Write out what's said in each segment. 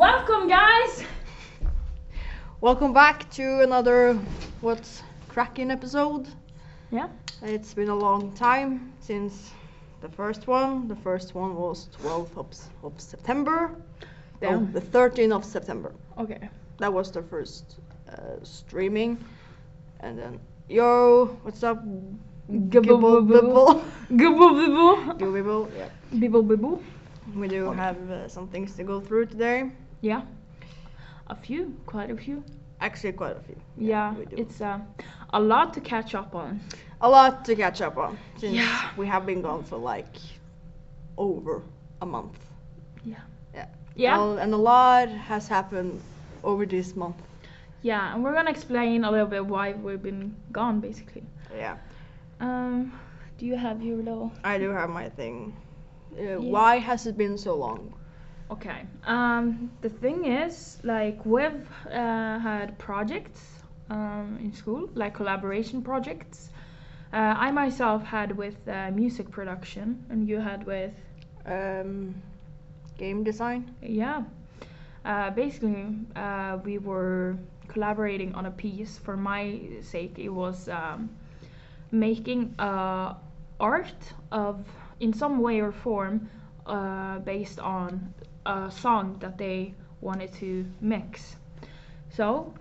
on, guys? Welcome back to another What's Cracking episode. Yeah. It's been a long time since the first one. The first one was 12th of, s- of September. No, Damn. the 13th of September. Okay. That was the first uh, streaming. And then, yo, what's up? Gibble, Gibble. bibble. Gibble Gibble, bibble, yeah. bibble. Bibble We do have uh, some things to go through today. Yeah. A few, quite a few. Actually, quite a few. Yeah, we do. it's uh, a lot to catch up on. a lot to catch up on since Yeah. we have been gone for like over a month. Yeah. Yeah. Yeah. Well, and a lot has happened over this month. Yeah, and we're gonna explain a little bit why we've been gone, basically. Yeah. Um, do you have your little? I do have my thing. Uh, Yeah. Why has it been so long? Okay. Um, the thing is, like, we've uh, had projects um, in school, like collaboration projects. Uh, I myself had with uh, music production, and you had with Um, game design. yeah. Uh, basically, uh, we were collaborating on a piece. For my sake, it was um, making uh, art of, in some way or form, uh, based on a song that they wanted to mix. So,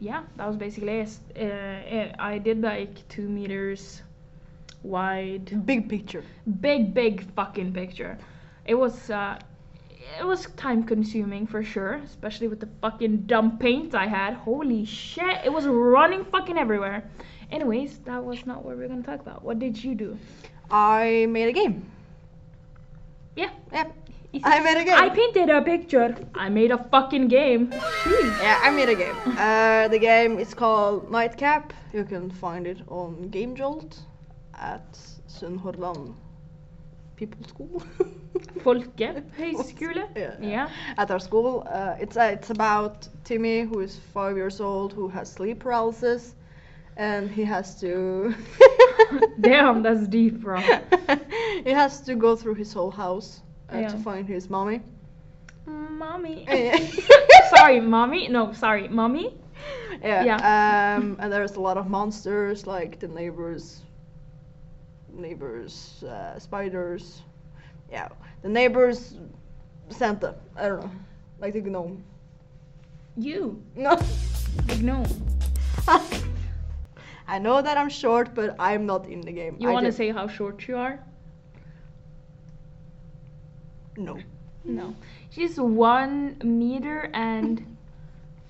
yeah, that was basically it. Uh, eh, I did like two meters wide Big picture. big big fucking picture it was uh it was time consuming for sure especially with the fucking dumb paint i had holy shit it was running fucking everywhere anyways that was not what we are gonna talk about what did you do I made a game. yeah Yep. I made a game. i painted a picture i made a fucking game Jeez. yeah, I made a game. Uh, the game is called Nightcap. You can find it on Game Jolt at Sunnhordland People School. Folkehøyskole. Yeah. yeah at our school. Uh, it's uh, it's about Timmy who is five years old who has sleep paralysis, and he has to. damn that's deep bro he has to go through his whole house uh, Yeah. to find his mommy. mommy Yeah. sorry mommy no sorry mommy Yeah. Yeah. Um, and there's a lot of monsters like the neighbors, neighbors, uh, spiders. Yeah, the neighbors, Santa. I don't know, like the gnome. you No. big gnome I know that I'm short, but I'm not in the game. You I want to did- say how short you are? no? No. She's one meter and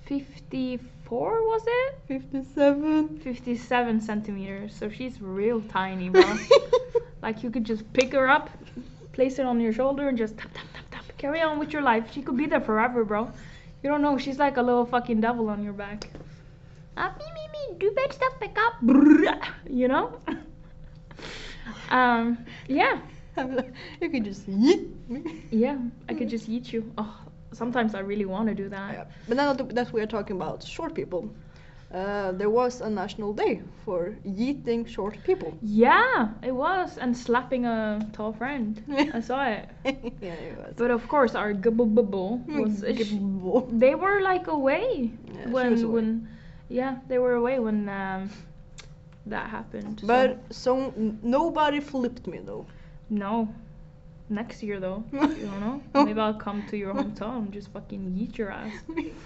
54, was it? Fifty-seven. 57 centimeters. So she's real tiny, bro. like, you could just pick her up, place her on your shoulder, and just tap, tap, tap, tap. Carry on with your life. She could be there forever, bro. You don't know. She's like a little fucking devil on your back. Ah, me, me, me. Do bad stuff, pick up. Brrrr. You know? um, yeah. I'm like, you could just yeet me. Yeah, I could just eat you. Oh, sometimes I really want to do that. Yeah. But now that- that we are talking about short people, uh, there was a national day for yeeting short people. Yeah, it was, and slapping a tall friend. I saw it. yeah, it was. But of course, our gubble bubble was. Mm, sh- gibble. they were like away Yeah, she when was away. when, yeah, they were away when um, that happened. so- But so n- nobody flipped me though. no, next year though, you don't Oh. know. Maybe I'll come to your hometown and just fucking eat your ass.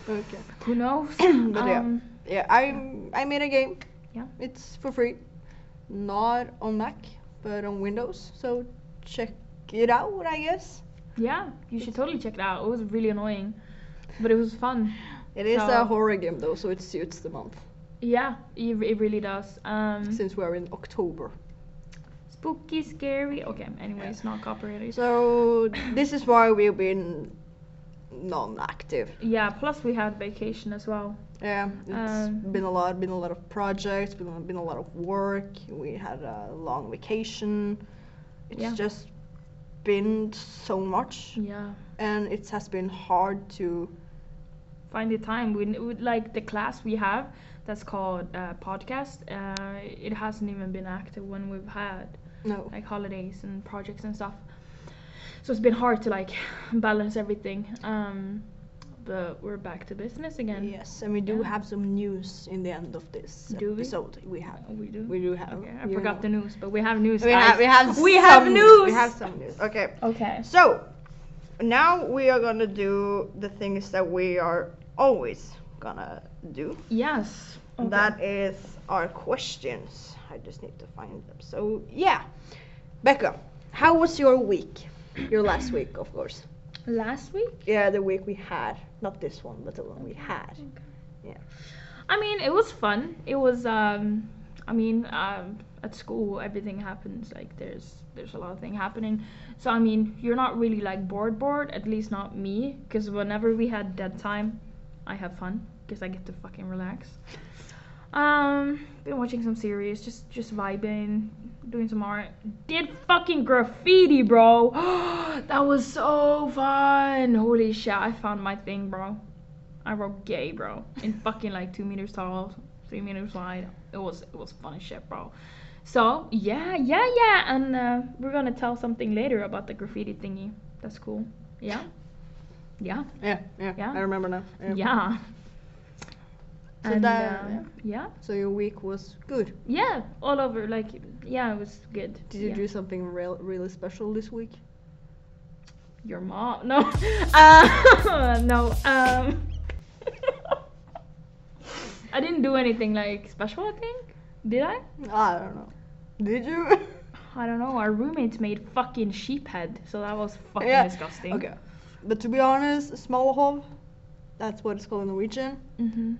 okay. Who knows? But yeah. Um, Yeah, I I made a game. Yeah. It's for free. Not on Mac, but on Windows. So check it out, I guess. yeah, you should totally check it out. It was really annoying, but it was fun. It is So- a horror game though, so it suits the month Yeah, it, it really does. Um, since we are in October. Spooky, scary. Okay, anyways, not copyrighted. So this is why we've been non-active. yeah, plus we had vacation as well. Yeah, it's Um, been a lot, been a lot of projects, been been a lot of work. We had a long vacation. It's Yeah. Hmm. just been so much, Yeah. and it has been hard to. Find the time. We, we like the class we have that's called uh, podcast. Uh, it hasn't even been active when we've had No. like holidays and projects and stuff. So it's been hard to like balance everything. Um, but we're back to business again. Yes, and we do Yeah. have some news in the end of this Do we? episode. We have. Uh, We do. We do have. okay, I you forgot know. the news, but we have news. We have. guys. We have. We have some news. We have some news. Okay. Okay. So, now we are gonna do the things that we are always gonna do. Yes. And Okay. That is our questions. I just need to find them. So, yeah. Becca, how was your week? Your last week, of course. last week. Yeah, the week we had. Not this one, but the one we had. Yeah. I mean, it was fun. It was. Um, I mean, um, at school, everything happens. Like there's there's a lot of thing happening. So I mean, you're not really like bored bored. At least not me, because whenever we had dead time, I have fun because I get to fucking relax. Um, been watching some series, just just vibing, doing some art. Did fucking graffiti, bro. that was so fun. Holy shit, I found my thing, bro. I wrote gay, bro, in fucking like two meters tall, three meters wide. It was it was fun as shit, bro. So yeah, yeah, yeah, and uh, we're gonna tell something later about the graffiti thingy. That's cool. Yeah, yeah, Yeah, yeah, Yeah. I remember now. yeah. So and that- um, yeah, So your week was good. yeah, all over. Like yeah, it was good. Did you yeah. do something real, really special this week? your mom? No, uh, no. Um, I didn't do anything like special. I think did I? I don't know. Did you? I don't know. Our roommates made fucking sheep head, so that was fucking Yeah, disgusting. okay. But to be honest, Smalahov, that's what it's called in Norwegian. hmm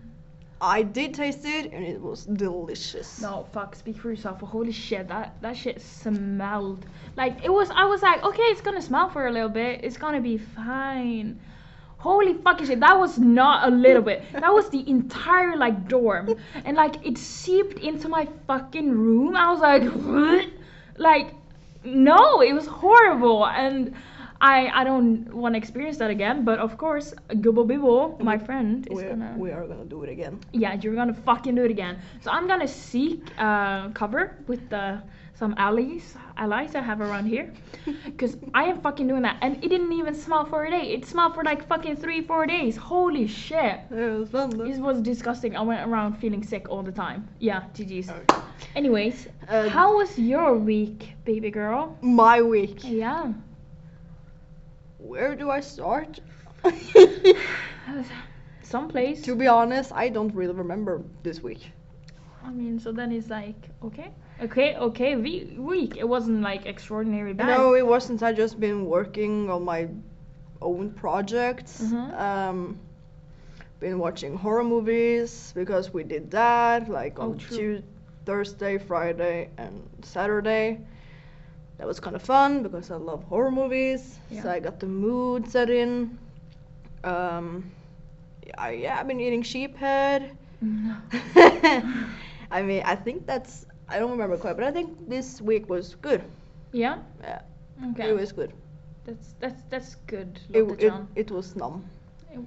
I did taste it and it was delicious. No, fuck. Speak for yourself. Holy shit, that that shit smelled like it was. I was like, okay, it's gonna smell for a little bit. It's gonna be fine. Holy fucking shit, that was not a little bit. That was the entire like dorm, and like it seeped into my fucking room. I was like, "What?" like, no, it was horrible, and I I don't want to experience that again. But of course, Gubbo Bibble, my friend, is We're, gonna. we are gonna do it again. Yeah, you're gonna fucking do it again. So I'm gonna seek uh, cover with uh, some allies, allies I have around here, because I am fucking doing that. And it didn't even smell for a day. It smelled for like fucking three, four days. Holy shit! Yeah, it was fun though. This was disgusting. I went around feeling sick all the time. Yeah, GG's. Okay. Anyways, Uh, how was your week, baby girl? My week. Yeah. Where do I start? Someplace. to be honest, I don't really remember this week. I mean, so then it's like, okay, okay, okay, we- week. It wasn't like extraordinary bad. No, it wasn't. I just been working on my own projects. Mhm. Um, been watching horror movies because we did that like Oh, on true. Tuesday, Thursday, Friday, and Saturday. That was kind of fun because I love horror movies. So Yeah. I got the mood set in. Um, I, yeah, I've been eating sheep head. No. I mean, I think that's. I don't remember quite, but I think this week was good. Yeah. Yeah, Okay. it was good. That's that's that's good. It, Lotte it, John. it was numb. It-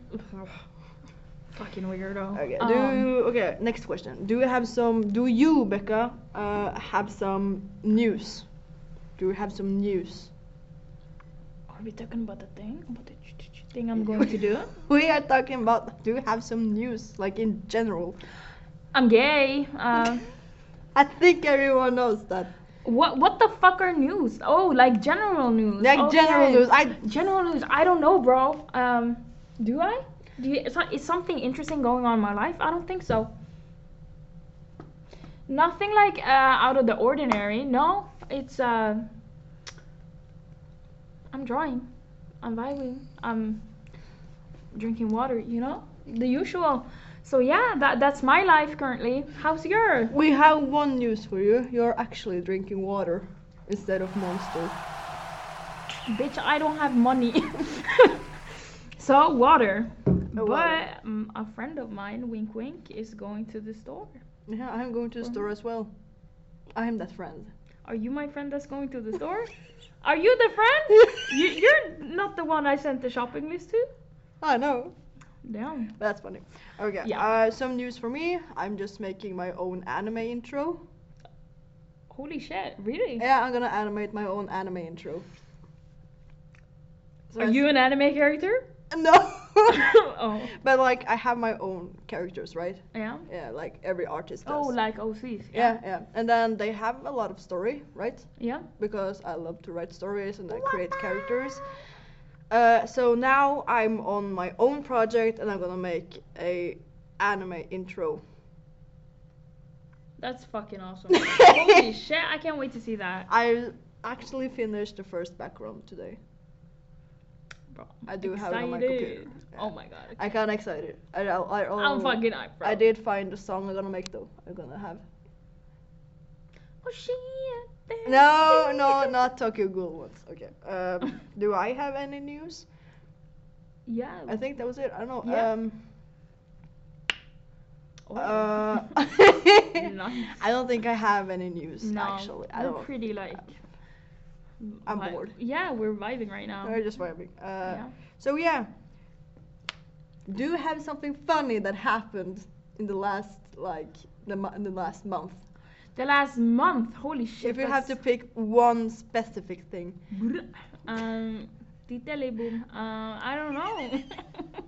Fucking weirdo. Okay. do Um, you, okay. Next question. Do you have some? Do you, Becca, uh, have some news? Do you have some news? are we talking about the thing? About the ch- ch- ch- thing I'm going to do? We are talking about. Do you have some news, like in general? I'm gay. Um, I think everyone knows that. what what the fuck are news? Oh, like general news. Oh, Like general Okay. news. I General news. I don't know, bro. Um, do I? Do you, is, is something interesting going on in my life? I don't think so. Nothing like uh, out of the ordinary. No, it's uh, I'm drawing, I'm vibing, I'm drinking water. You know, the usual. So yeah, that that's my life currently. How's your? we have one news for you. You're actually drinking water instead of Monster. Bitch, I don't have money. so water. Oh, water. But um, a friend of mine, wink wink, is going to the store. Yeah, I'm going to the store as well. I am that friend. Are you my friend that's going to the store? Are you the friend? you, you're not the one I sent the shopping list to. I know. Damn. That's funny. Okay. Yeah. Uh, some news for me. I'm just making my own anime intro. Holy shit! Really? Yeah, I'm gonna animate my own anime intro. So Are that's- you an anime character? No. oh, But like I have my own characters, right? yeah. Yeah, like every artist does. Oh, like OCs. yeah, yeah. And then they have a lot of story, right? Yeah. Because I love to write stories and I create characters. Uh, so now I'm on my own project and I'm gonna make a anime intro. That's fucking awesome. Holy shit! I can't wait to see that. I actually finished the first background today. Bro, I do have it on my computer. excited. Oh my god. I kinda excited. I, I, I, I'm fucking hyped, bro. Oh. I did find the song I'm gonna make though. I'm gonna have. Oh shit. No, no, not Tokyo Ghoul ones. Okay. Um, do I have any news? Yeah. I think that was it. I don't know. Yeah. Um, oh. uh, Nice. I don't think I have any news no, actually. I we're don't. pretty like. I'm vi- bored. Yeah, we're vibing right now. We're just vibing. Uh, Yeah. So yeah. Do you have something funny that happened in the last like the mo- in the last month? The last month, holy shit. if you have to that's- pick one specific thing. Brr. Um, Titele boom. Uh, I don't know.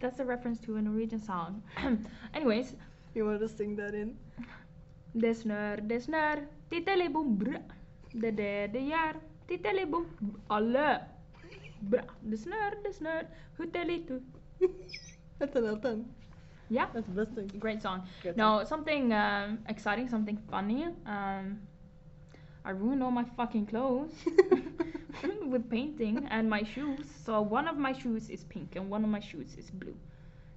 That's a reference to a Norwegian song. Anyways, You want to sing that in? det snør, det snør, titteli bom, brr. Det er det det gjør, titteli bom, alle. Bra. Det snør, det snør, huttelitu. That's an Elton. Yeah, That's the best thing. great song. Good No, something um, exciting, something funny. Um, I ruined all my fucking clothes with painting and my shoes. So one of my shoes is pink and one of my shoes is blue.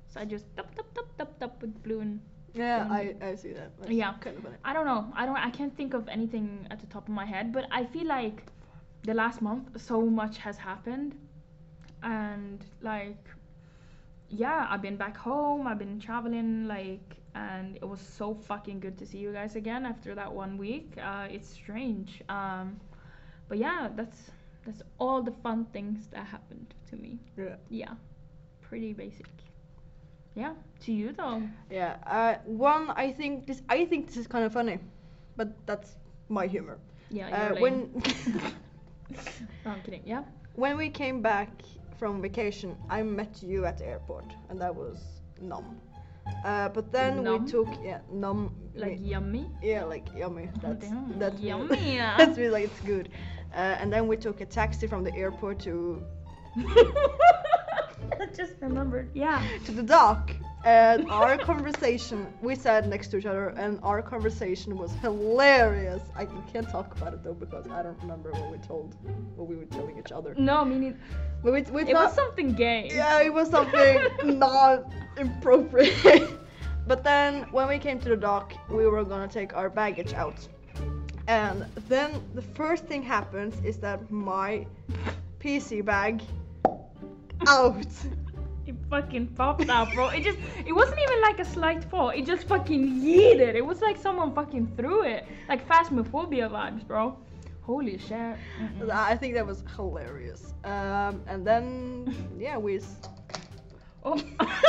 So I just top top top top top with blue and Yeah, Um, I, I see that. That's yeah. Kind of funny. I don't know. I don't. I can't think of anything at the top of my head. But I feel like the last month, so much has happened, and like, yeah, I've been back home. I've been traveling, like, and it was so fucking good to see you guys again after that one week. Uh, it's strange. Um, but yeah, that's that's all the fun things that happened to me. Yeah. Yeah, pretty basic. Yeah, to you though. Yeah. Uh, one, I think this. I think this is kind of funny, but that's my humor. Yeah, Uh, you're lame. when No, I'm kidding. Yeah. when we came back from vacation, I met you at the airport, and that was numb. Uh, but then Numb? we took yeah numb like we- yummy. yeah like yummy that's Oh, damn, that's me- yummy. that's me like it's good. Uh, and then we took a taxi from the airport to I just remembered. Yeah. to the dock and our conversation we sat next to each other and our conversation was hilarious i can't talk about it though because i don't remember what we told what we were telling each other No, meaning but we, we it thought- was something gay. yeah it was something not appropriate but then when we came to the dock we were gonna take our baggage out and then the first thing happens is that my pc bag out It fucking popped out, bro. It just it wasn't even like a slight fall. It just fucking yeeted. It was like someone fucking threw it. Like phasmophobia vibes, bro. Holy shit. Mm-mm. I think that was hilarious. Um, and then yeah, we s- Oh.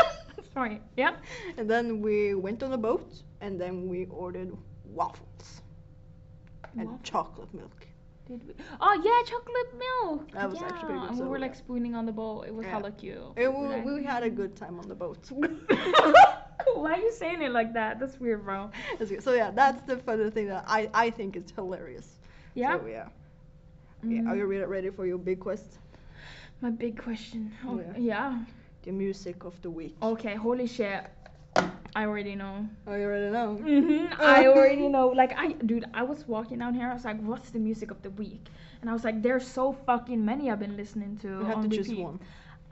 Sorry. Yeah. and then we went on a boat and then we ordered waffles and Waffle. chocolate milk. Did we? Oh yeah, chocolate milk. That was yeah. actually pretty good, And we so, were like yeah. spooning on the boat. It was Yeah. hella cute. And we, Like- we had a good time on the boat. Why are you saying it like that? That's weird, bro. That's good. so yeah, that's the funny thing that I, I think is hilarious. Yeah. So, yeah. Mm-hmm. yeah. Are Mm. you re- ready for your big quest? My big question. Oh, Yeah. yeah. The music of the week. Okay. Holy shit. I already know. Oh, you already know. Mm-hmm. I already know. Like I, dude, I was walking down here. I was like, "What's the music of the week?" And I was like, "There's so fucking many I've been listening to." You have on to choose repeat." one.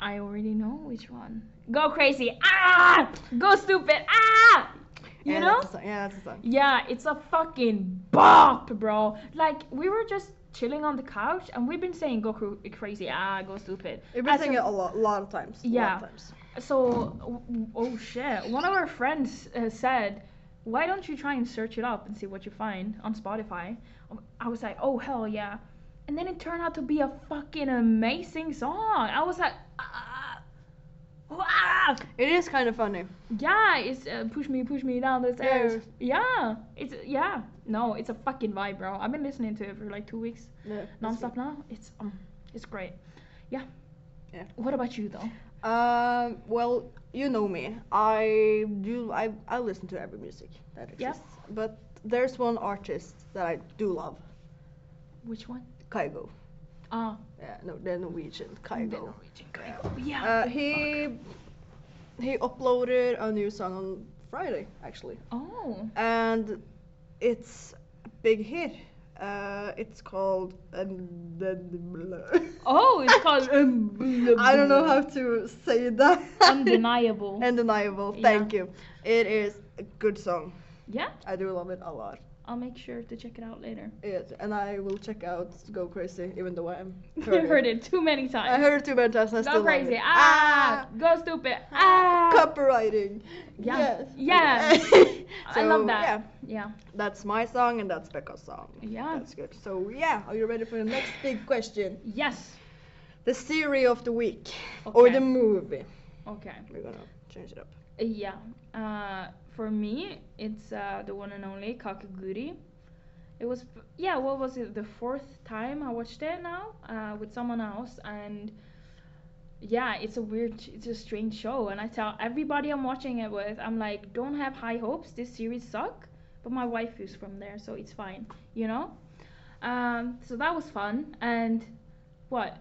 I already know which one. Go crazy. Ah! Go stupid. Ah! You yeah, know? That's the song. Yeah, that's the song. Yeah, it's a fucking bop, bro. Like we were just chilling on the couch, and we've been saying "go cr- crazy," ah, go stupid. We've been As saying a- it a lot, lot of times. Yeah. Lot of times. So, w- w- oh shit! One of our friends uh, said, "Why don't you try and search it up and see what you find on Spotify?" Um, I was like, "Oh hell yeah!" And then it turned out to be a fucking amazing song. I was like, ah, ah. It is kind of funny. Yeah, it's uh, push me, push me down the stairs. Yeah, it's yeah. No, it's a fucking vibe, bro. I've been listening to it for like two weeks Yeah, that's nonstop now. It's um, it's great. Yeah, Yeah. What about you though? Um, well, you know me. I do. I, I listen to every music that Yeah. exists. But there's one artist that I do love, Which one? Kygo. Ah, Yeah, no, they're Norwegian. Kygo. the Norwegian Kygo. Oh, Yeah. Uh, he he uploaded a new song on Friday actually, Oh. and it's a big hit. Uh, it's called um, and then Oh, it's called I don't know how to say that. Undeniable. Undeniable. Yeah. Thank you. It is a good song. yeah, I do love it a lot. I'll make sure to check it out later. It, and I will check out Go Crazy, even though I'm. You've heard it too many times. I heard it too many times. and I still Go love crazy. it. Ah, go stupid. Ah. copywriting. Yeah. Yes. Yeah. Okay. I love So, that. Yeah, Yeah. that's my song and that's Becca's song. Yeah. That's good. So yeah, are you ready for the next big question? Yes. The series of the week or Okay. the movie? Okay. We're gonna change it up. Uh, Yeah. Uh, for me, it's uh, the one and only Kakaguri. It was f- yeah. What was it? The fourth time I watched it now uh, with someone else, and yeah, it's a weird, it's a strange show. And I tell everybody I'm watching it with, I'm like, don't have high hopes. This series suck, but my wife is from there, so it's fine. You know. Um, so that was fun. And what?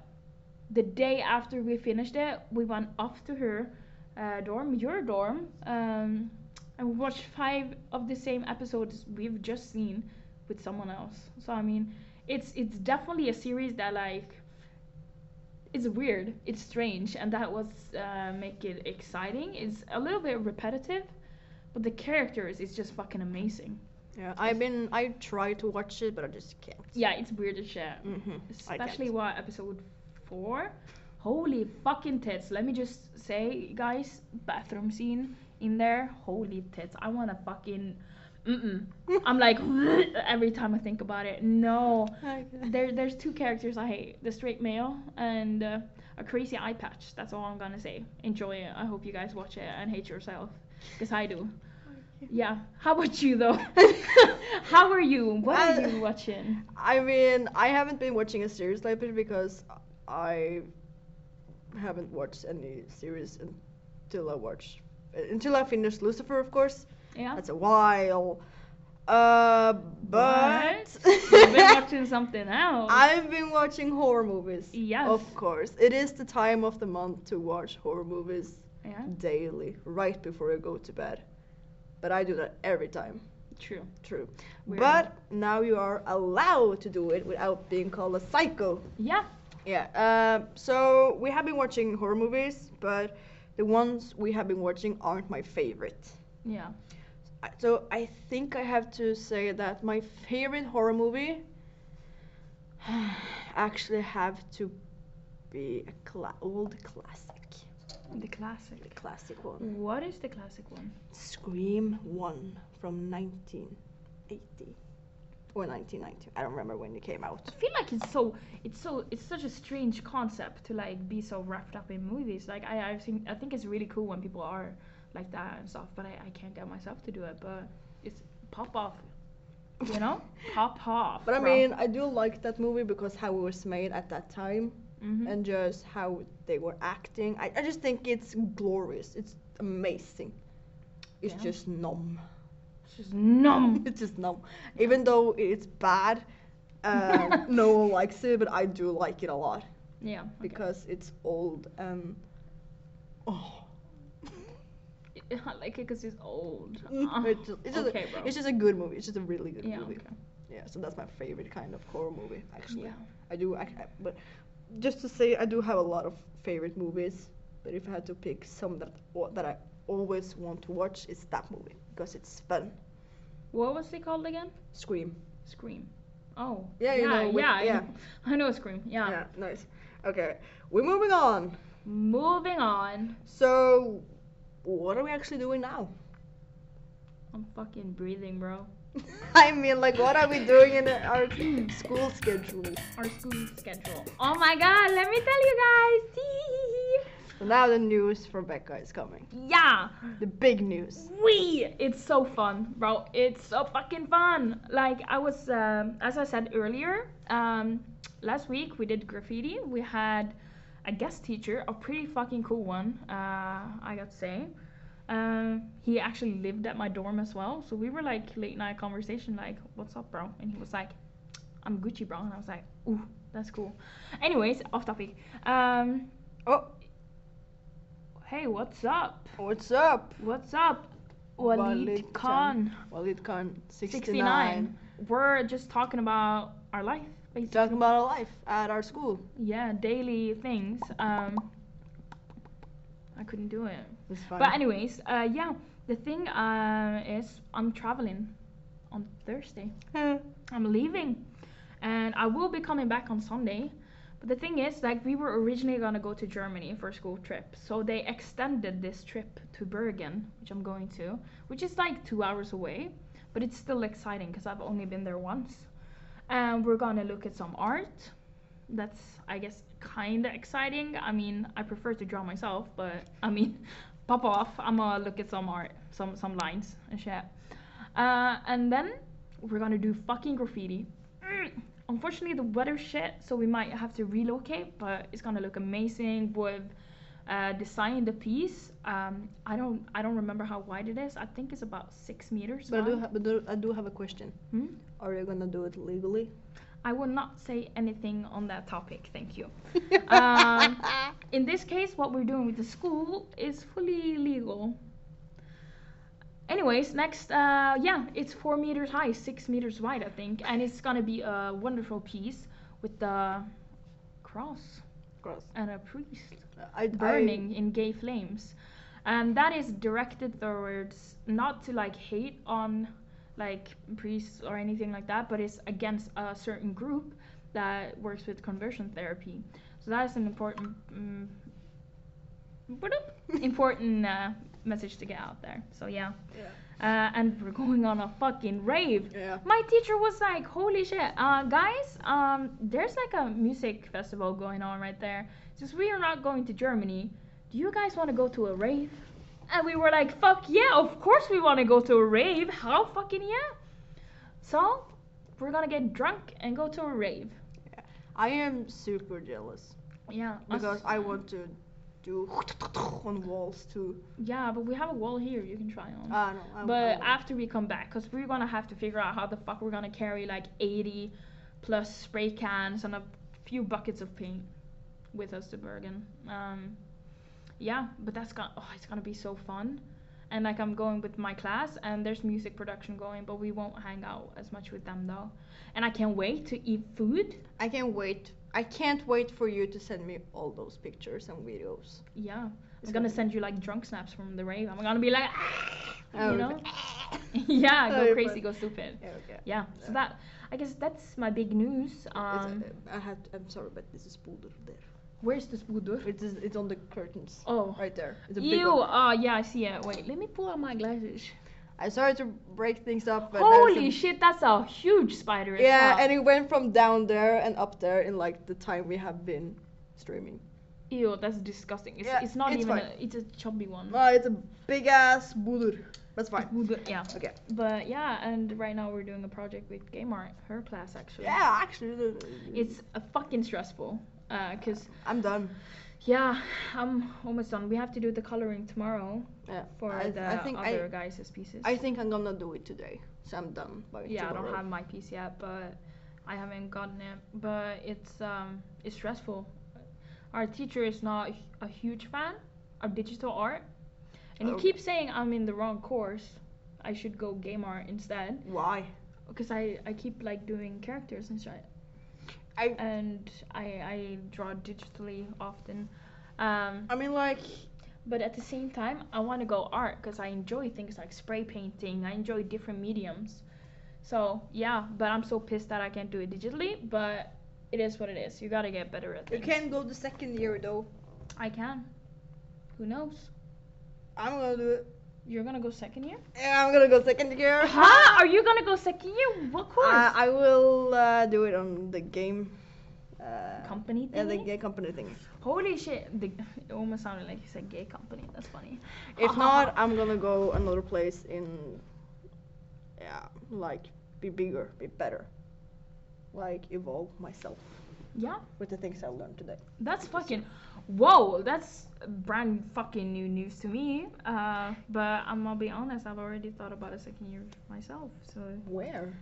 The day after we finished it, we went off to her uh, dorm, your dorm, um, and we watched five of the same episodes we've just seen with someone else. So I mean, it's it's definitely a series that like it's weird, it's strange, and that was uh, make it exciting. It's a little bit repetitive, but the characters is just fucking amazing. Yeah, I've been. I try to watch it, but I just can't. Yeah, it's weird as shit. Mm-hmm. Especially what episode four? Holy fucking tits. Let me just say, guys, bathroom scene in there. Holy tits. I wanna fucking. Mm-mm. I'm like every time I think about it. No, there, there's two characters I hate: the straight male and uh, a crazy eye patch. That's all I'm gonna say. Enjoy it. I hope you guys watch it and hate yourself, cause I do. Yeah. How about you though? How are you? What are Uh, you watching? I mean, I haven't been watching a series lately because I haven't watched any series until I watch until I finish Lucifer, of course. Yeah. That's a while. Uh, but You've been watching something else. I've been watching horror movies. Yes. Of course, it is the time of the month to watch horror movies yeah, daily, right before you go to bed. But I do that every time. true. True. Weird. But now you are allowed to do it without being called a psycho. Yeah, Yeah. Uh, so we have been watching horror movies, but the ones we have been watching aren't my favorite. yeah. I- So I think I have to say that my favorite horror movie actually have to be a cla- old classic, The classic. the classic one. What is the classic one? Scream One from 1980 or 1990. I don't remember when it came out. I feel like it's so it's so it's such a strange concept to like be so wrapped up in movies. Like I I think I think it's really cool when people are like that and stuff, but I, I can't get myself to do it. But it's pop off, you know, pop off. But I bro. mean, I do like that movie because how it was made at that time Mhm. and just how they were acting. I, I just think it's glorious. It's amazing. It's Yeah. just numb. it's just numb. it's just numb. Even though it's bad, uh, no one likes it, but I do like it a lot Yeah. okay. because it's old and. Oh. I like it because it's old. it's just, it's, just Uh-uh. okay, a, bro. it's just a good movie. It's just a really good yeah. movie. Okay. Yeah, so that's my favorite kind of horror movie, actually. Yeah. I do, I, I- but just to say, I do have a lot of favorite movies. But if I had to pick some that o- that I always want to watch, it's that movie because it's fun. What was it called again? Scream. Scream. Oh. Yeah, you know, with- yeah, I yeah. know- I know Scream. Yeah. Ah, nice. Okay, we're moving on. Moving on. So, what are we actually doing now? I'm fucking breathing, bro. I mean, like, what are we doing in our school schedule? Our school schedule. Oh my god, let me tell you So now the news for Becca is coming. guys. yeah. The big news. We. It's so fun, bro. It's so fucking fun. Like I was, um, as I said earlier, um, last week we did graffiti. We had a a guest teacher, a pretty fucking cool one, uh, I got to say. Um, he actually lived at my dorm as well, so we were like late night conversation, like, "What's up, bro?" And he was like, "I'm Gucci, bro," and I was like, "Ooh, that's cool." Anyways, off topic. Um, Oh, hey, what's up? what's up? What's up, Walid, Walid Khan? Walid Khan, 69. 69. We're just talking about our life, basically. Talking about our life at our school. yeah, daily things. Um, I couldn't do it. It's fun. But anyways, uh, yeah, the thing uh, is, I'm traveling on Thursday. I'm leaving, and I will be coming back on Sunday. But the thing is, like, we were originally gonna go to Germany for a school trip, so they extended this trip to Bergen, which I'm going to, which is like two hours away, but it's still exciting because I've only been there once. And we're gonna look at some art. That's, I guess, kind of exciting. I mean, I prefer to draw myself, but I mean, pop off. I'm gonna look at some art, some some lines and shit. Uh, and then we're gonna do fucking graffiti. Mm. Unfortunately, the weather shit, so we might have to relocate, but it's gonna look amazing. We've uh, designed the piece. Um, I don't, I don't remember how wide it is. I think it's about six meters. But I do, wide. ha- but do, I do have a question. Hmm? Are you gonna do it legally? I will not say anything on that topic. Thank you. Um, in this case, what we're doing with the school is fully legal. Anyways, next, uh, yeah, it's four meters high, six meters wide, I think, and it's gonna be a wonderful piece with the cross Gross. and a priest I, burning in gay flames, and that is directed towards not to like hate on like priests or anything like that, but it's against a certain group that works with conversion therapy. So that is an important mm, boop, important uh, message to get out there. So yeah. Yeah. Uh, and we're going on a fucking rave. Yeah. My teacher was like, "Holy shit, uh, guys! Um, there's like a music festival going on right there. Since we are not going to Germany, do you guys want to go to a rave?" And we were like, "Fuck yeah! Of course we want to go to a rave. How fucking yeah!" So we're gonna get drunk and go to a rave. I am super jealous Yeah. us- because I want to do on walls too. Yeah, but we have a wall here you can try on. Ah no. I, But I after we come back, because we're gonna have to figure out how the fuck we're gonna carry like 80 plus spray cans and a few buckets of paint with us to Bergen. Um, yeah, but that's gonna oh, it's gonna be so fun. And like I'm going with my class, and there's music production going, but we won't hang out as much with them though. And I can't wait to eat food. I can't wait. I can't wait for you to send me all those pictures and videos. Yeah, It's I'm gonna gonna be- send you like drunk snaps from the rave. I'm gonna be like, Oh, you know, okay. Oh, yeah, That'd go be crazy, go fun. stupid. Yeah. Okay. Yeah, so that I guess that's my big news. It's, Um, uh, I had. I'm sorry, but this is pulled over there. where's this budur? It is. It's on the curtains. Oh, Right there. It's a big you. one. Oh, yeah, I see it. Wait, let me pull out my glasses. I'm sorry to break things up, but that is Holy a- shit, that's a huge spider. as Yeah, well. and it went from down there and up there in like the time we have been streaming. ew, that's disgusting. It's, Yeah, it's not it's even. fine. A, it's a chubby one. Oh, it's a big ass budur. That's fine. Budur, Yeah, Okay. but yeah, and right now we're doing a project with Game Art, her class actually. Yeah, actually, no, no, no. It's a fucking stressful, uh, cause I'm done. yeah, I'm almost done. We have to do the coloring tomorrow Yeah. for I, the I think other I, guys' pieces. I think I'm gonna do it today, so I'm done by yeah, I tomorrow. don't have my piece yet, but I haven't gotten it. But it's um, it's stressful. Our teacher is not a huge fan of digital art, and Oh. he keeps saying I'm in the wrong course. I should go game art instead, Why? because I, I keep like doing characters and shit, I and I I draw digitally often. Um, I mean like but at the same time, I want to go art because I enjoy things like spray painting. I enjoy different mediums. So yeah, but I'm so pissed that I can't do it digitally. But it is what it is. You gotta get better at you things. can go the second year though. I can. Who knows? I'm gonna do it. You're gonna go second year? Yeah, I'm gonna go second year. Huh? Are you gonna go second year? What course? Uh, I will uh, do it on the game. Uh, Company Yeah, the thingy? gay company thing. Holy shit! The, it almost sounded like you said gay company. That's funny. If not, I'm gonna go another place in. Yeah, like be bigger, be better. Like evolve myself. Yeah, with the things I learned today. that's fucking. Whoa, that's brand fucking new news to me. Uh, but I'm gonna be honest, I've already thought about a second year myself, so Where?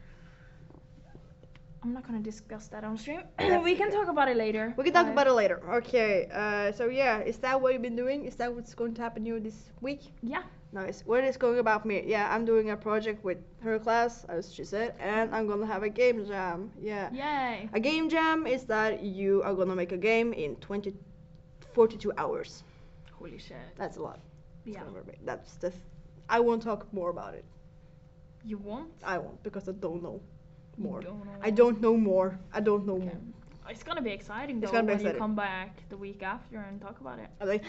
I'm not gonna discuss that on stream. That's we can okay. talk about it later. We can talk about it later. Okay. Uh, so yeah, is that what you've been doing? Is that what's going to happen to you this week? Yeah. Nice. What is going about me? Yeah, I'm doing a project with her class, as she said, and I'm gonna have a game jam. Yeah. Yay. A game jam is that you are gonna make a game in 20, 42 hours. Holy shit. That's a lot. That's Yeah. gonna be- That's the. Th- I won't talk more about it. You won't. I won't because I don't know You more. don't know I don't know more. I don't know Okay. more. It's gonna be exciting though It's gonna be when exciting. you come back the week after and talk about it. I'm like,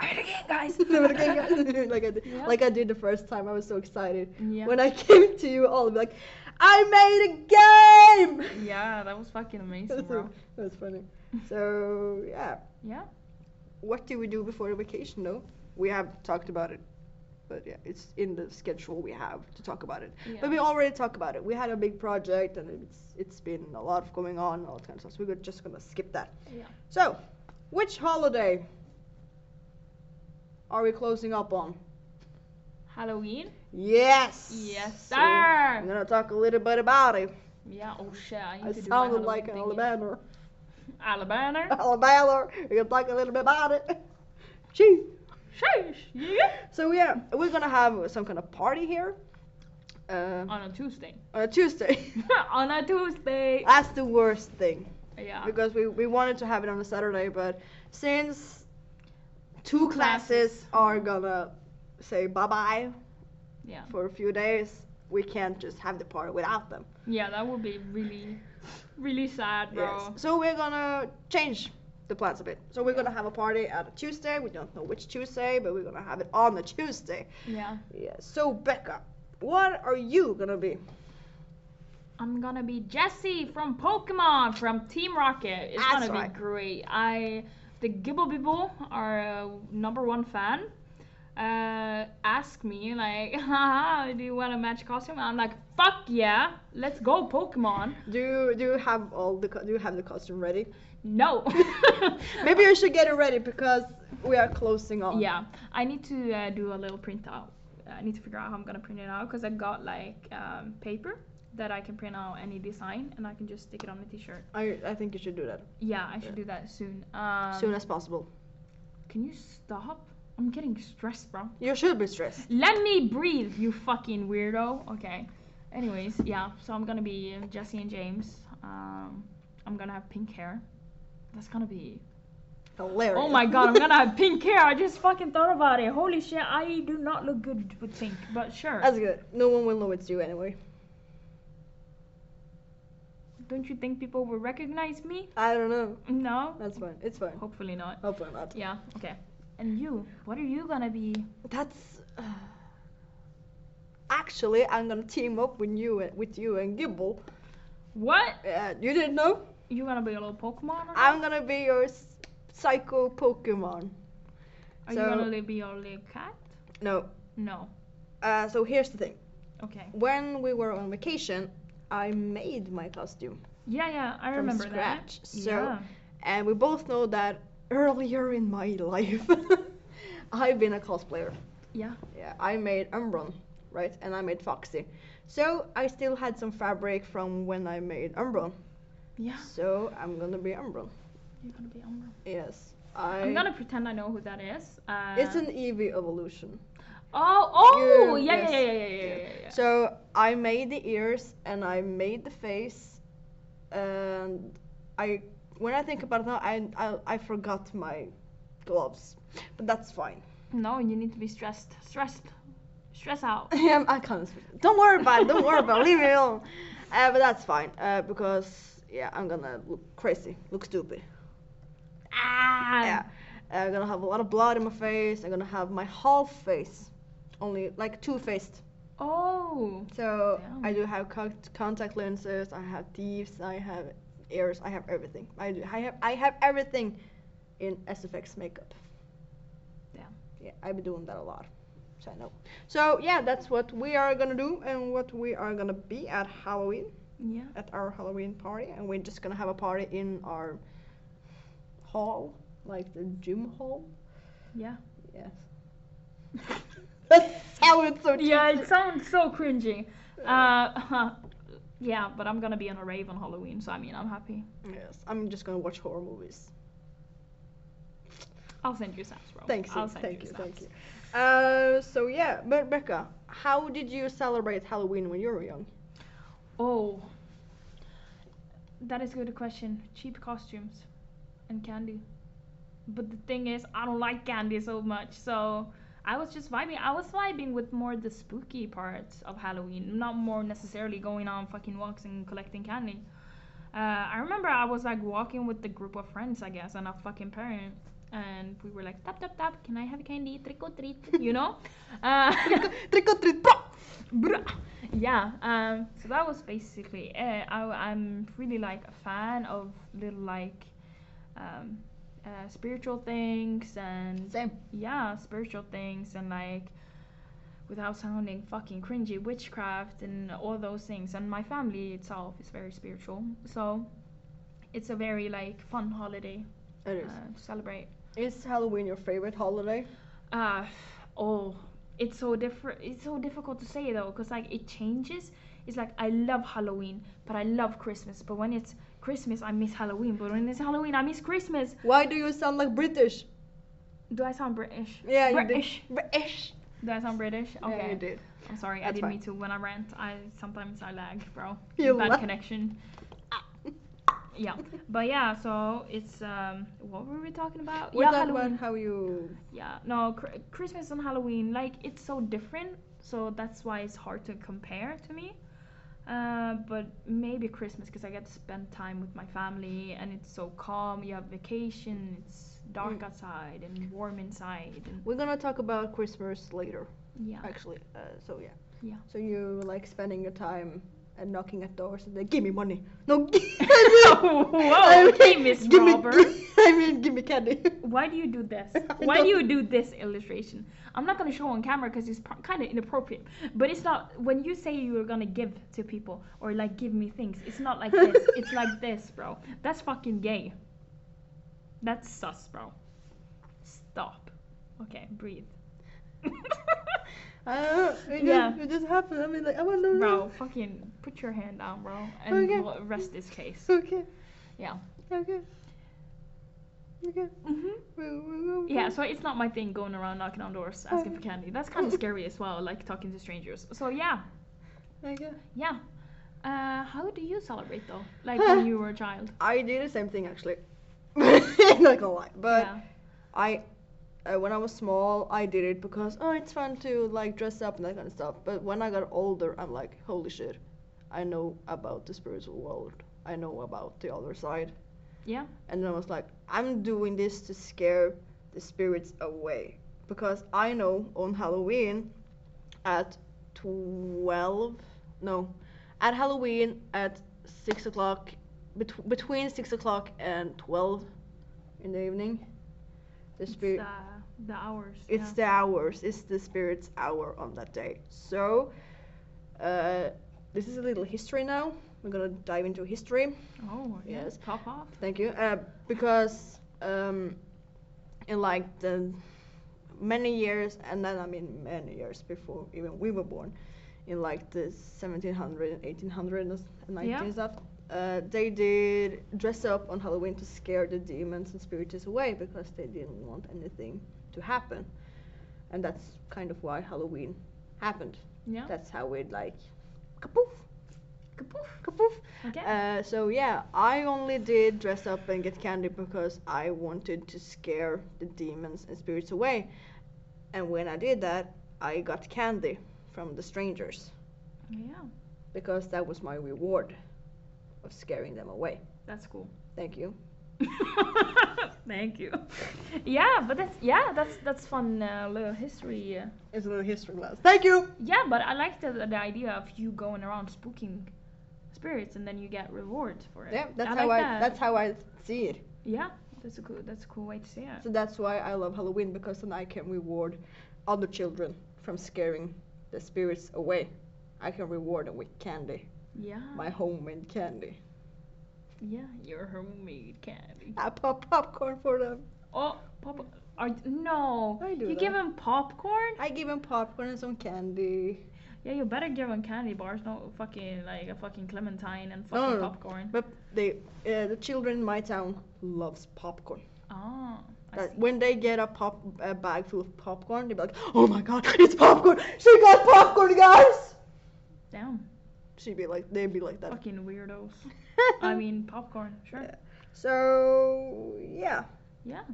I made a game, guys. I'm like, "Okay," like I did, Yeah. like I did the first time. I was so excited Yeah. when I came to you all. I'm like, I made a game. yeah, that was fucking amazing, That's bro. That was funny. So yeah, Yeah. what do we do before the vacation though? We have talked about it, but yeah, it's in the schedule we have to talk about it. Yeah. But we already talked about it. We had a big project and it's it's been a lot of going on, all kinds of stuff. So we're just gonna skip that. Yeah. So, which holiday are we closing up on? Halloween. Yes. Yes, So I'm sir. gonna talk a little bit about it. Yeah. Oh shit. I, need I to do my sounded like an Halloween thingy. Alabama. Alabama. Alabama. We're gonna talk a little bit about it. Gee. Sheesh. Yeah. So yeah, we're gonna have some kind of party here. Uh, On a Tuesday. on a Tuesday. on a Tuesday. That's the worst thing yeah. because we, we wanted to have it on a Saturday, but since two classes are gonna say bye bye Yeah. for a few days, we can't just have the party without them. Yeah, that would be really, really sad, bro. So we're gonna change the plans a bit. So we're gonna have a party on a Tuesday. We don't know which Tuesday, but we're gonna have it on a Tuesday. Yeah. Yeah. So Becca, what are you gonna be? I'm gonna be Jesse from Pokemon from Team Rocket. It's That's gonna right. be great. I the Gibble Bibble, our uh, number one fan, uh, asked me like, "Haha, do you want a match costume?" I'm like, "Fuck yeah, let's go Pokemon." Do you, do you have all the co- do you have the costume ready? No. Maybe you should get it ready because we are closing on. Yeah, I need to uh, do a little printout. Uh, I need to figure out how I'm gonna print it out because I got like um, paper that I can print out any design and I can just stick it on the t-shirt. I, I think you should do that Yeah, I should do that soon. Um, soon as possible. Can you stop? I'm getting stressed, bro. You should be stressed. Let me breathe, you fucking weirdo. Okay. Anyways, yeah. So I'm gonna be uh, Jesse and James. Um, I'm gonna have pink hair. That's gonna be. Hilarious. Oh my god, I'm gonna have pink hair. I just fucking thought about it. Holy shit, I do not look good with pink, but sure. That's good. No one will know it's you anyway. Don't you think people will recognize me? I don't know. No. That's fine. It's fine. Hopefully not. Hopefully not. Yeah. Okay. And you? What are you gonna be? That's. uh, Actually, I'm gonna team up with you and with you and Gibble. What? Uh, you didn't know? You gonna be a little Pokemon? Or I'm gonna be your s- psycho Pokemon. Are So- you gonna li- be your little cat? No. No. Uh, so here's the thing. Okay. When we were on vacation, I made my costume. Yeah, yeah, I From remember scratch, that. so- yeah. And we both know that earlier in my life, I've been a cosplayer. Yeah. Yeah, I made Umbron, right? And I made Foxy. So I still had some fabric from when I made Umbron. Yeah. So I'm gonna be Umbron. You're gonna be Umbra. Yes. I. I'm gonna pretend I know who that is. Uh, It's an Eevee evolution. Oh, oh, You- yeah, yes. yeah, yeah, yeah, yeah, yeah, yeah. So I made the ears and I made the face, and I. When I think about it now, I I, I forgot my gloves, but that's fine. No, you need to be stressed, stressed, stress out. Yeah, I can't. speak. Don't worry about it. Don't worry about it. Leave me alone. Uh, but that's fine uh, because yeah, I'm gonna look crazy, look stupid. Ah. Yeah, I'm gonna have a lot of blood in my face. I'm gonna have my half face, only like two faced. Oh. So Damn. I do have con- contact lenses. I have teeth. I have ears. I have everything. I do. I have. I have everything in SFX makeup. Damn. Yeah, I've been doing that a lot. So I know. So yeah, that's what we are gonna do and what we are gonna be at Halloween. Yeah. at our Halloween party, and we're just gonna have a party in our hall, like the gym hall. Yeah. Yes. that sounded so. Oh, Yeah, it cheesy. sounds so cringy. Uh, yeah, but I'm gonna be on a rave on Halloween, so I mean, I'm happy. Yes, I'm just gonna watch horror movies. I'll send you snaps, bro. Thanks. I'll Eve. send Thank you. snaps. Thank you. Uh, so yeah, but Becca, how did you celebrate Halloween when you were young? Oh, that is a good question. Cheap costumes and candy. But the thing is, I don't like candy so much, so I was just vibing. I was vibing with more the spooky parts of Halloween, not more necessarily going on fucking walks and collecting candy. Uh, I remember I was like walking with the group of friends, I guess, and a fucking parent, and we were like, tap tap tap, can I have candy? Trick or treat, you know? Uh, Trick or treat, bro! Bruh. Yeah. Um. So that was basically it. I, am really like a fan of little like, um, uh, spiritual things and Same. yeah, spiritual things and like, without sounding fucking cringy, witchcraft and all those things. And my family itself is very spiritual, so it's a very like fun holiday It uh, is. to celebrate. Is Halloween your favorite holiday? Uh, oh, it's so different. It's so difficult to say though, cause like it changes. It's like I love Halloween, but I love Christmas. But when it's Christmas, I miss Halloween. But when it's Halloween, I miss Christmas. Why do you sound like British? Do I sound British? Yeah, you did. British. British. Do I sound British? Okay. Yeah, you did. I'm sorry. I That's didn't fine. mean to. When I rant, I sometimes I lag, bro. You Bad lag. connection. Ah. Yeah, but yeah. So it's um, what were we talking about? We're yeah, talking Halloween. about how you. Yeah, no, cr- Christmas and Halloween, like it's so different, so that's why it's hard to compare to me. Uh, but maybe Christmas because I get to spend time with my family and it's so calm. You have vacation, it's dark Mm. outside and warm inside, and We're gonna talk about Christmas later, yeah, actually. Uh, so yeah. Yeah. So you like spending your time and knocking at doors and they give me money. No. gi- no. Whoa, okay, Miss give me- Robert. I mean, give me candy. Why do you do this? I Why do you don't- do this illustration? I'm not gonna show on camera because it's kind of inappropriate. But it's not when you say you're gonna give to people or like give me things. It's not like this. it's like this, bro. That's fucking gay. That's sus, bro. Stop. Okay, breathe. I don't know. It Yeah. Just, it just happened. I mean, like I want to. bro, fucking put your hand down, bro, and Okay. we'll rest this case. Okay. Yeah. Okay. Okay. hmm Woo, woo, woo, Yeah, woo. so it's not my thing going around knocking on doors asking for candy. That's kind of scary as well, like talking to strangers. So yeah, Okay. yeah. Uh, how do you celebrate though? Like when you were a child? I do the same thing actually. Not gonna lie, but yeah. I, uh, when I was small, I did it because oh, it's fun to like dress up and that kind of stuff. But when I got older, I'm like, holy shit, I know about the spiritual world. I know about the other side. Yeah. And then I was like, I'm doing this to scare the spirits away because I know on Halloween, at twelve, no, at Halloween at six o'clock, bet- between six o'clock and twelve, in the evening, the It's spirit. the, the hours. It's yeah. the hours. It's the spirit's hour on that day. So, uh, this is a little history now. We're gonna dive into history. Oh yeah. Yes. Pop off. Thank you. Uh, because um, in like the many years, and then I mean many years before even we were born, in like the 1700 and 1800 and 19 Yeah. stuff, uh, they did dress up on Halloween to scare the demons and spirits away because they didn't want anything to happen, and that's kind of why Halloween happened. Yeah. That's how it like kapoof, Kapoof. kapoof. Okay. Uh, so yeah, I only did dress up and get candy because I wanted to scare the demons and spirits away. And when I did that, I got candy from the strangers yeah. because that was my reward of scaring them away. That's cool. Thank you. Thank you. Yeah, but that's yeah, that's that's fun uh, little history. Uh, It's a little history class. Thank you. yeah, but I like the the idea of you going around spooking spirits and then you get rewards for it. Yeah, that's I how like I that. that's how I see it. Yeah, that's a cool that's a cool way to say it. So that's why I love Halloween because then I can reward other children from scaring the spirits away. I can reward them with candy. Yeah. My homemade candy. Yeah, your homemade candy. I pop popcorn for them. Oh, pop. Are, no. I do you that. give him popcorn? I give them popcorn and some candy. Yeah, you better give him candy bars, not fucking like a fucking clementine and No, fucking no, no. popcorn. But they, uh, the children in my town loves popcorn. Ah, I Like, see. when they get a pop a bag full of popcorn, they be like, "Oh my god, it's popcorn! She got popcorn, guys!" Damn, She'd be like, they'd be like that. fucking weirdos. I mean, popcorn, sure. Uh-huh. Yeah. So yeah. Yeah.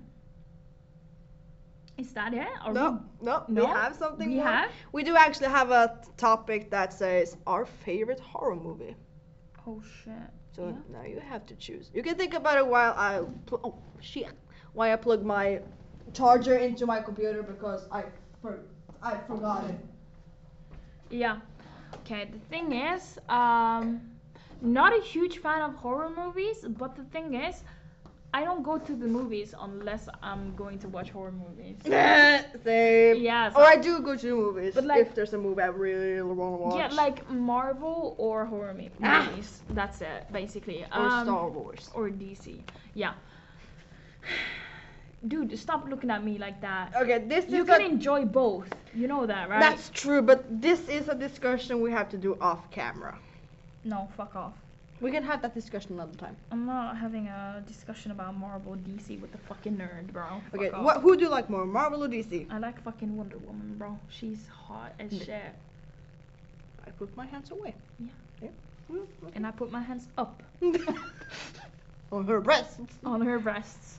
Is that it? Are No, no, No? we have something We more. have? We do actually have a t- topic that says our favorite horror movie. we- Oh shit. So Yeah. now you have to choose. You can think about it while I pl- oh shit, while I plug my charger into my computer because I for- I forgot it. Yeah. Okay, the thing is, um, not a huge fan of horror movies, but the thing is, I don't go to the movies unless I'm going to watch horror movies. Same. Yeah, so- Or I do go to the movies But, like- if there's a movie I really want to watch. Yeah, like Marvel or horror mo- Ah. movies. That's it, basically. or Um, Star Wars. Or DC. Yeah. Dude, stop looking at me like that. Okay, this You is can a- enjoy both. You know that, right? that's true, but this is a discussion we have to do off camera. No, fuck off. We can have that discussion another time. I'm not having a discussion about Marvel DC with the fucking nerd, bro. Fuck Okay, off. what who do you like more, Marvel or DC? I like fucking Wonder Woman, bro. She's hot as Mm. shit. I put my hands away. Yeah. Yeah. Mm, okay. And I put my hands up on her breasts. on her breasts.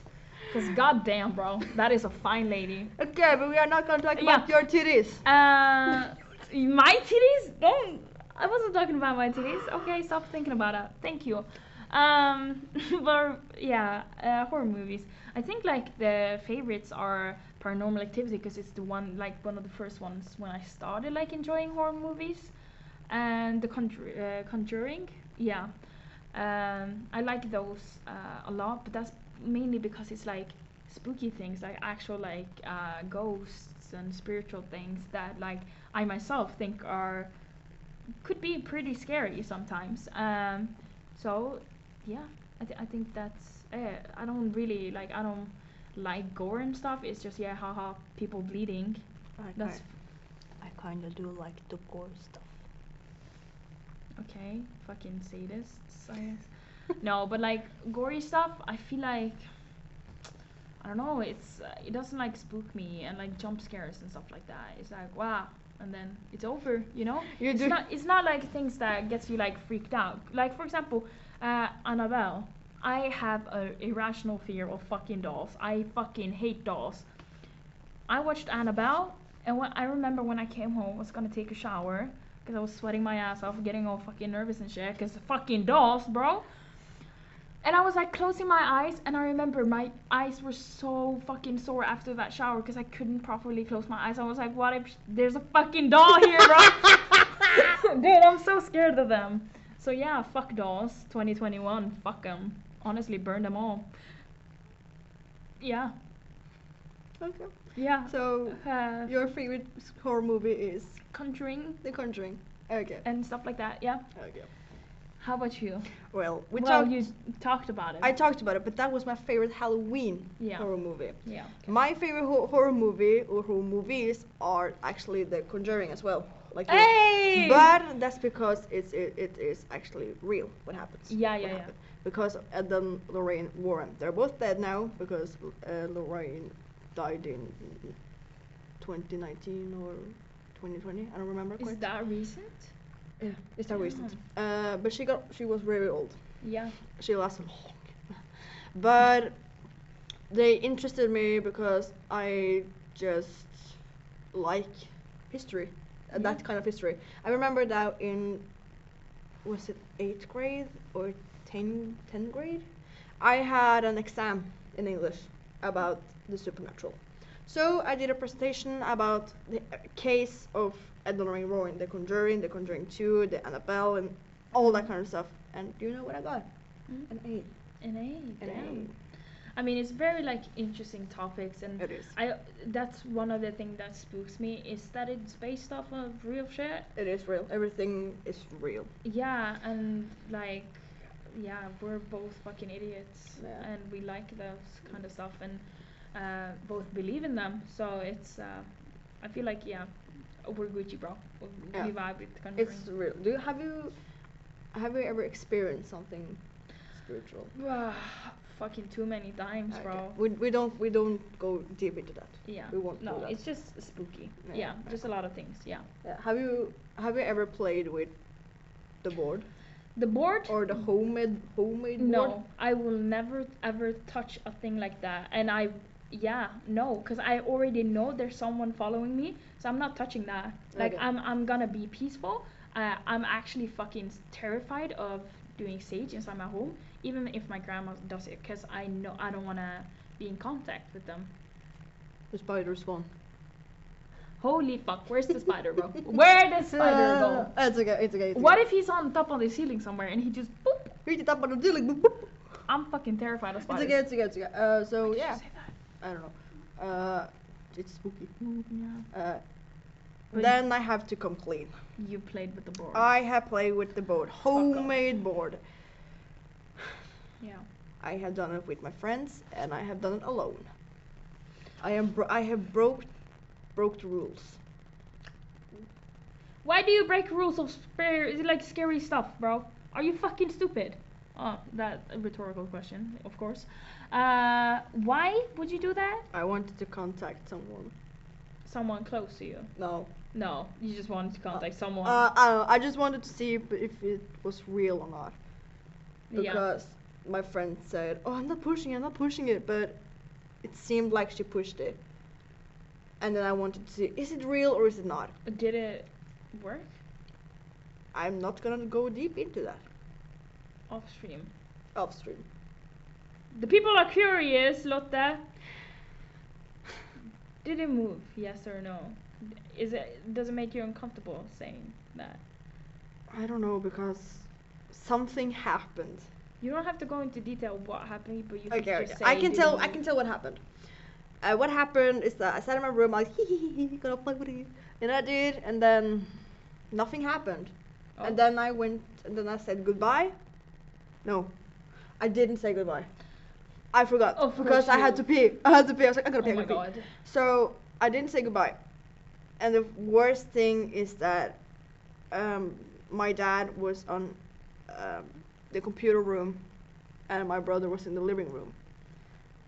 Cause goddamn, bro, that is a fine lady. Okay, but we are not gonna talk Yeah. about your titties. Uh, my titties? Don't. I wasn't talking about my titties. Okay, stop thinking about it. Thank you. Um, but yeah, uh, horror movies. I think like the favorites are Paranormal Activity because it's the one like one of the first ones when I started like enjoying horror movies, and The Conjur- uh, Conjuring. Yeah, um, I like those uh, a lot, but that's mainly because it's like spooky things, like actual like uh, ghosts and spiritual things that like I myself think are could be pretty scary sometimes. Um, so yeah, I, th- I think that's it. I don't really like I don't like gore and stuff. It's just yeah, haha, people bleeding. That's I kind of do like the gore stuff. okay. Fucking sadists, I guess. no, but like gory stuff, I feel like I don't know. It's uh, it doesn't like spook me and like jump scares and stuff like that. It's like wow, and then it's over. You know, You it's do- not it's not like things that gets you like freaked out. Like for example, uh, Annabelle. I have a irrational fear of fucking dolls. I fucking hate dolls. I watched Annabelle, and when, I remember when I came home, I was gonna take a shower because I was sweating my ass off, getting all fucking nervous and shit, because fucking dolls, bro. And I was like closing my eyes, and I remember my eyes were so fucking sore after that shower because I couldn't properly close my eyes. I was like, what if sh- there's a fucking doll here, bro? Dude, I'm so scared of them. So yeah, fuck dolls. 2021, fuck them. Honestly, burn them all. Yeah, Okay. yeah. So uh, your favorite s- horror movie is conjuring The Conjuring. Okay. and stuff like that. Yeah. Okay. How about you? Well, we well, talked. you s- talked about it. I talked about it, but that was my favorite Halloween Yeah. horror movie. yeah. My favorite ho- horror movie or horror movies are actually The Conjuring as well. Like you. Hey! But that's because it's it, it is actually real what happens. Yeah, what yeah, yeah. happened. Because Adam, Lorraine, Warren, they're both dead now because uh, Lorraine died in 2019 or 2020. I don't remember Is quite. that recent? yeah, it's that recent. Uh, but she got she was very old. Yeah. She lasted long. But they interested me because I just like history, uh, that Yeah. kind of history. I remember that in, was it 8th grade or 10, 10th grade? I had an exam in English about the supernatural. So I did a presentation about the uh, case of Edna Lorraine Warren, The Conjuring, The Conjuring 2, The Annabelle, and all that kind of stuff. And do you know what I got? Mm. An eight. An A. An Damn. I eight. I mean, it's very like interesting topics, and It is. I that's one of the things that spooks me is that it's based off of real shit. It is real. Everything is real. Yeah, and like, yeah, we're both fucking idiots, Yeah. and we like those kind of stuff, and uh, both believe in them. So it's, uh, I feel like yeah, we're Gucci, bro. We Yeah. we vibe with kind of It's real. Do you have you have you ever experienced something spiritual? fucking too many times, Okay. bro. We, we don't we don't go deep into that. Yeah. We won't do No, that. it's just spooky. Yeah. Yeah, just a lot of things. Yeah. Yeah. Have you have you ever played with the board The board. or the homemade homemade board? no, I will never ever touch a thing like that. And I, yeah, no, because I already know there's someone following me, so I'm not touching that. Like Okay. I'm, I'm gonna be peaceful. Uh, I'm actually fucking terrified of doing sage inside my home, even if my grandma does it, because I know I don't wanna be in contact with them. The spiders one. Holy fuck, where's the spider, bro? Where the spider Uh, go? It's okay. It's okay. It's What okay. if he's on top of the ceiling somewhere and he just boop? Reach it up on the ceiling. boop, boop. I'm fucking terrified of It's spiders. okay. It's okay. It's okay. Uh, Why so did you yeah, say that? I don't know. Uh, it's spooky. Yeah. Uh, But then I have to come clean. You played with the board. I have played with the board, off. homemade board. yeah. I have done it with my friends, and I have done it alone. I am bro- I have broke broke the rules. Why do you break rules of spare? Is it like scary stuff, bro? Are you fucking stupid? Oh, that a rhetorical question, of course. Uh, why would you do that? I wanted to contact someone. Someone close to you. No, No, you just wanted to contact someone. uh, I, don't know, I just wanted to see if, if it was real or not yeah. because my friend said, "Oh, I'm not pushing, it, I'm not pushing it," but it seemed like she pushed it. And then I wanted to see, is it real or is it not? Did it work I'm not gonna go deep into that off stream? off stream. The people are curious, Lotta. Did it move? Yes or no? Is it? Does it make you uncomfortable saying that? I don't know because something happened. You don't have to go into detail what happened, but you Okay, can okay. just say. I can did it tell. I move? can tell what happened. Uh, what happened is that I sat in my room. I was hee hee hee hee, gonna play with it, and I did, and then nothing happened. Oh. And then I went, and then I said goodbye. No, I didn't say goodbye. I forgot Of course because I had to you- pee. I had to pee. I was like, I gotta Oh pee. I my gotta pee. god. So I didn't say goodbye. And the worst thing is that um, my dad was on um, the computer room and my brother was in the living room.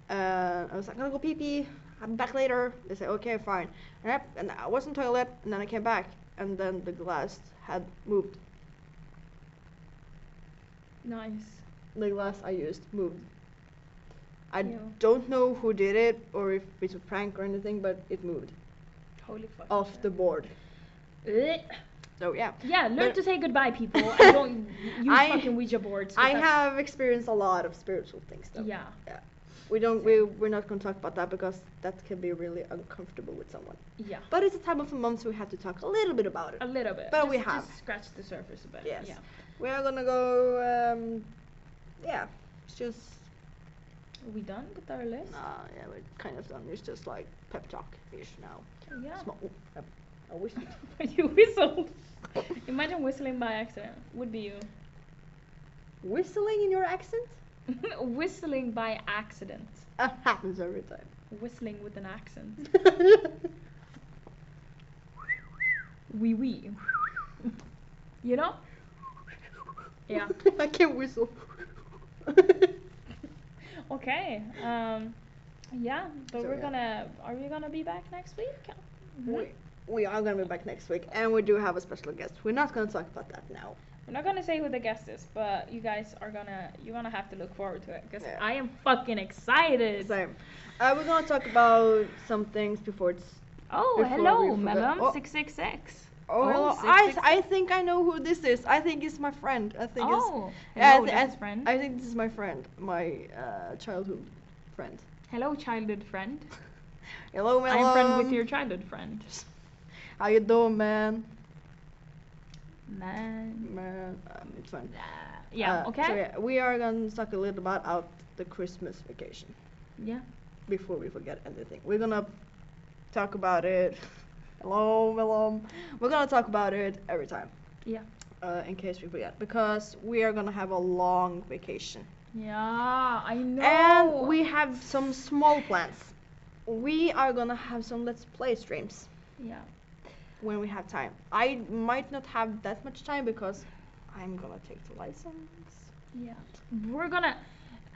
And I was like, I'm gonna go pee pee. I'm back later. They said, okay, fine. And I, and I was in the toilet and then I came back and then the glass had moved. Nice. The glass I used moved. I Ew. don't know who did it or if it's a prank or anything, but it moved Holy fuck. off the board. So yeah. Yeah, learn But- to say goodbye, people. I don't use I- fucking Ouija boards. 'cause I that's- have experienced a lot of spiritual things though. Yeah. We don't we we're not gonna talk about that because that can be really uncomfortable with someone. Yeah. But it's a time of the month so we have to talk a little bit about it. A little bit. But we Just- have. Just scratch the surface a bit. Yes. Yeah. We are gonna go um yeah. It's just Are we done with our uh, list? yeah, we're kind of done. It's just like pep talk ish now. Yeah. Small, oh, I- I wish we- you whistled. Imagine whistling by accident. Would be you. Whistling in your accent? whistling by accident. That happens every time. Whistling with an accent. Wee wee. You know? Yeah. I can whistle. Okay. Um, yeah, but So, we're yeah. gonna. Are we gonna be back next week? Mm-hmm. No? we, we are gonna be back next week, and we do have a special guest. We're not gonna talk about that now. We're not gonna say who the guest is, but you guys are gonna. You're gonna have to look forward to it because Yeah. I am fucking excited. Same. Uh, we're gonna talk about some things before it's. oh, Before hello, we forget- madam oh. six six six. Oh, Oh, hello. six, I six, I think I know who this is. I think it's my friend. I think it's. Oh, Yeah, hello, I, thi- I this is th- friend. I think this is my friend, my uh, childhood friend. hello, childhood friend. Hello, man. I'm friend um, with your childhood friend. How you doing, man? Man. Man, um, it's fine. Yeah. Uh, okay. So yeah, we are gonna talk a little about out the Christmas vacation. Yeah. before we forget anything. We're gonna talk about it. Hello, hello. We're gonna talk about it every time. Yeah. Uh, in case we forget, because we are gonna have a long vacation, Yeah, I know. and we have some small plans. We are gonna have some let's play streams Yeah. when we have time. I might not have that much time because I'm gonna take the license. Yeah. We're gonna.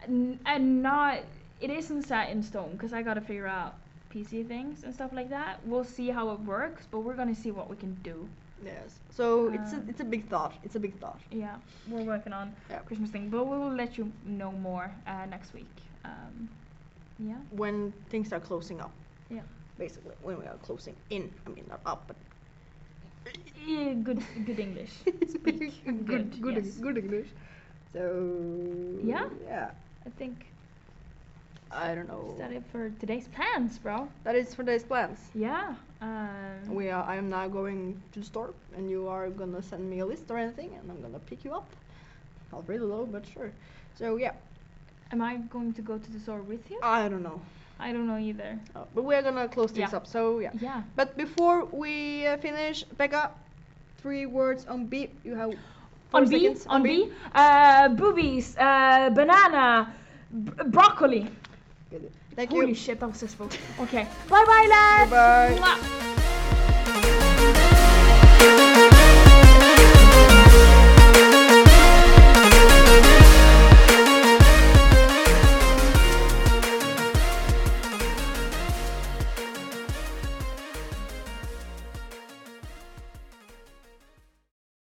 n- And not. It isn't set in stone because I gotta figure out PC things and stuff like that. We'll see how it works, but we're gonna see what we can do. Yes. So it's a Um, it's a big thought. It's a big thought. Yeah, we're working on Yeah. Christmas thing, but we will let you know more uh, next week. Um, yeah. when things are closing up. Yeah. Basically, when we are closing in. I mean, not up, but Eh, good, good English. Speak. good, good, good, yes. English. So Yeah? yeah. I think I don't know. is that it for today's plans, bro. That is for today's plans. Yeah. Um, We are. I am now going to the store, and you are gonna send me a list or anything, and I'm gonna pick you up. I'll read low, but sure. So yeah, Am I going to go to the store with you? I don't know, I don't know either. Uh, but we're gonna close things Yeah. up. So yeah. Yeah. But before we uh, finish, Becca, three words on beep. You have four On B, seconds on B, uh, boobies, uh, banana, b- broccoli. Good. Thank Holy you. tá, shit, that was so spoken. Okay, bye bye, lads. Bye-bye. Mwah.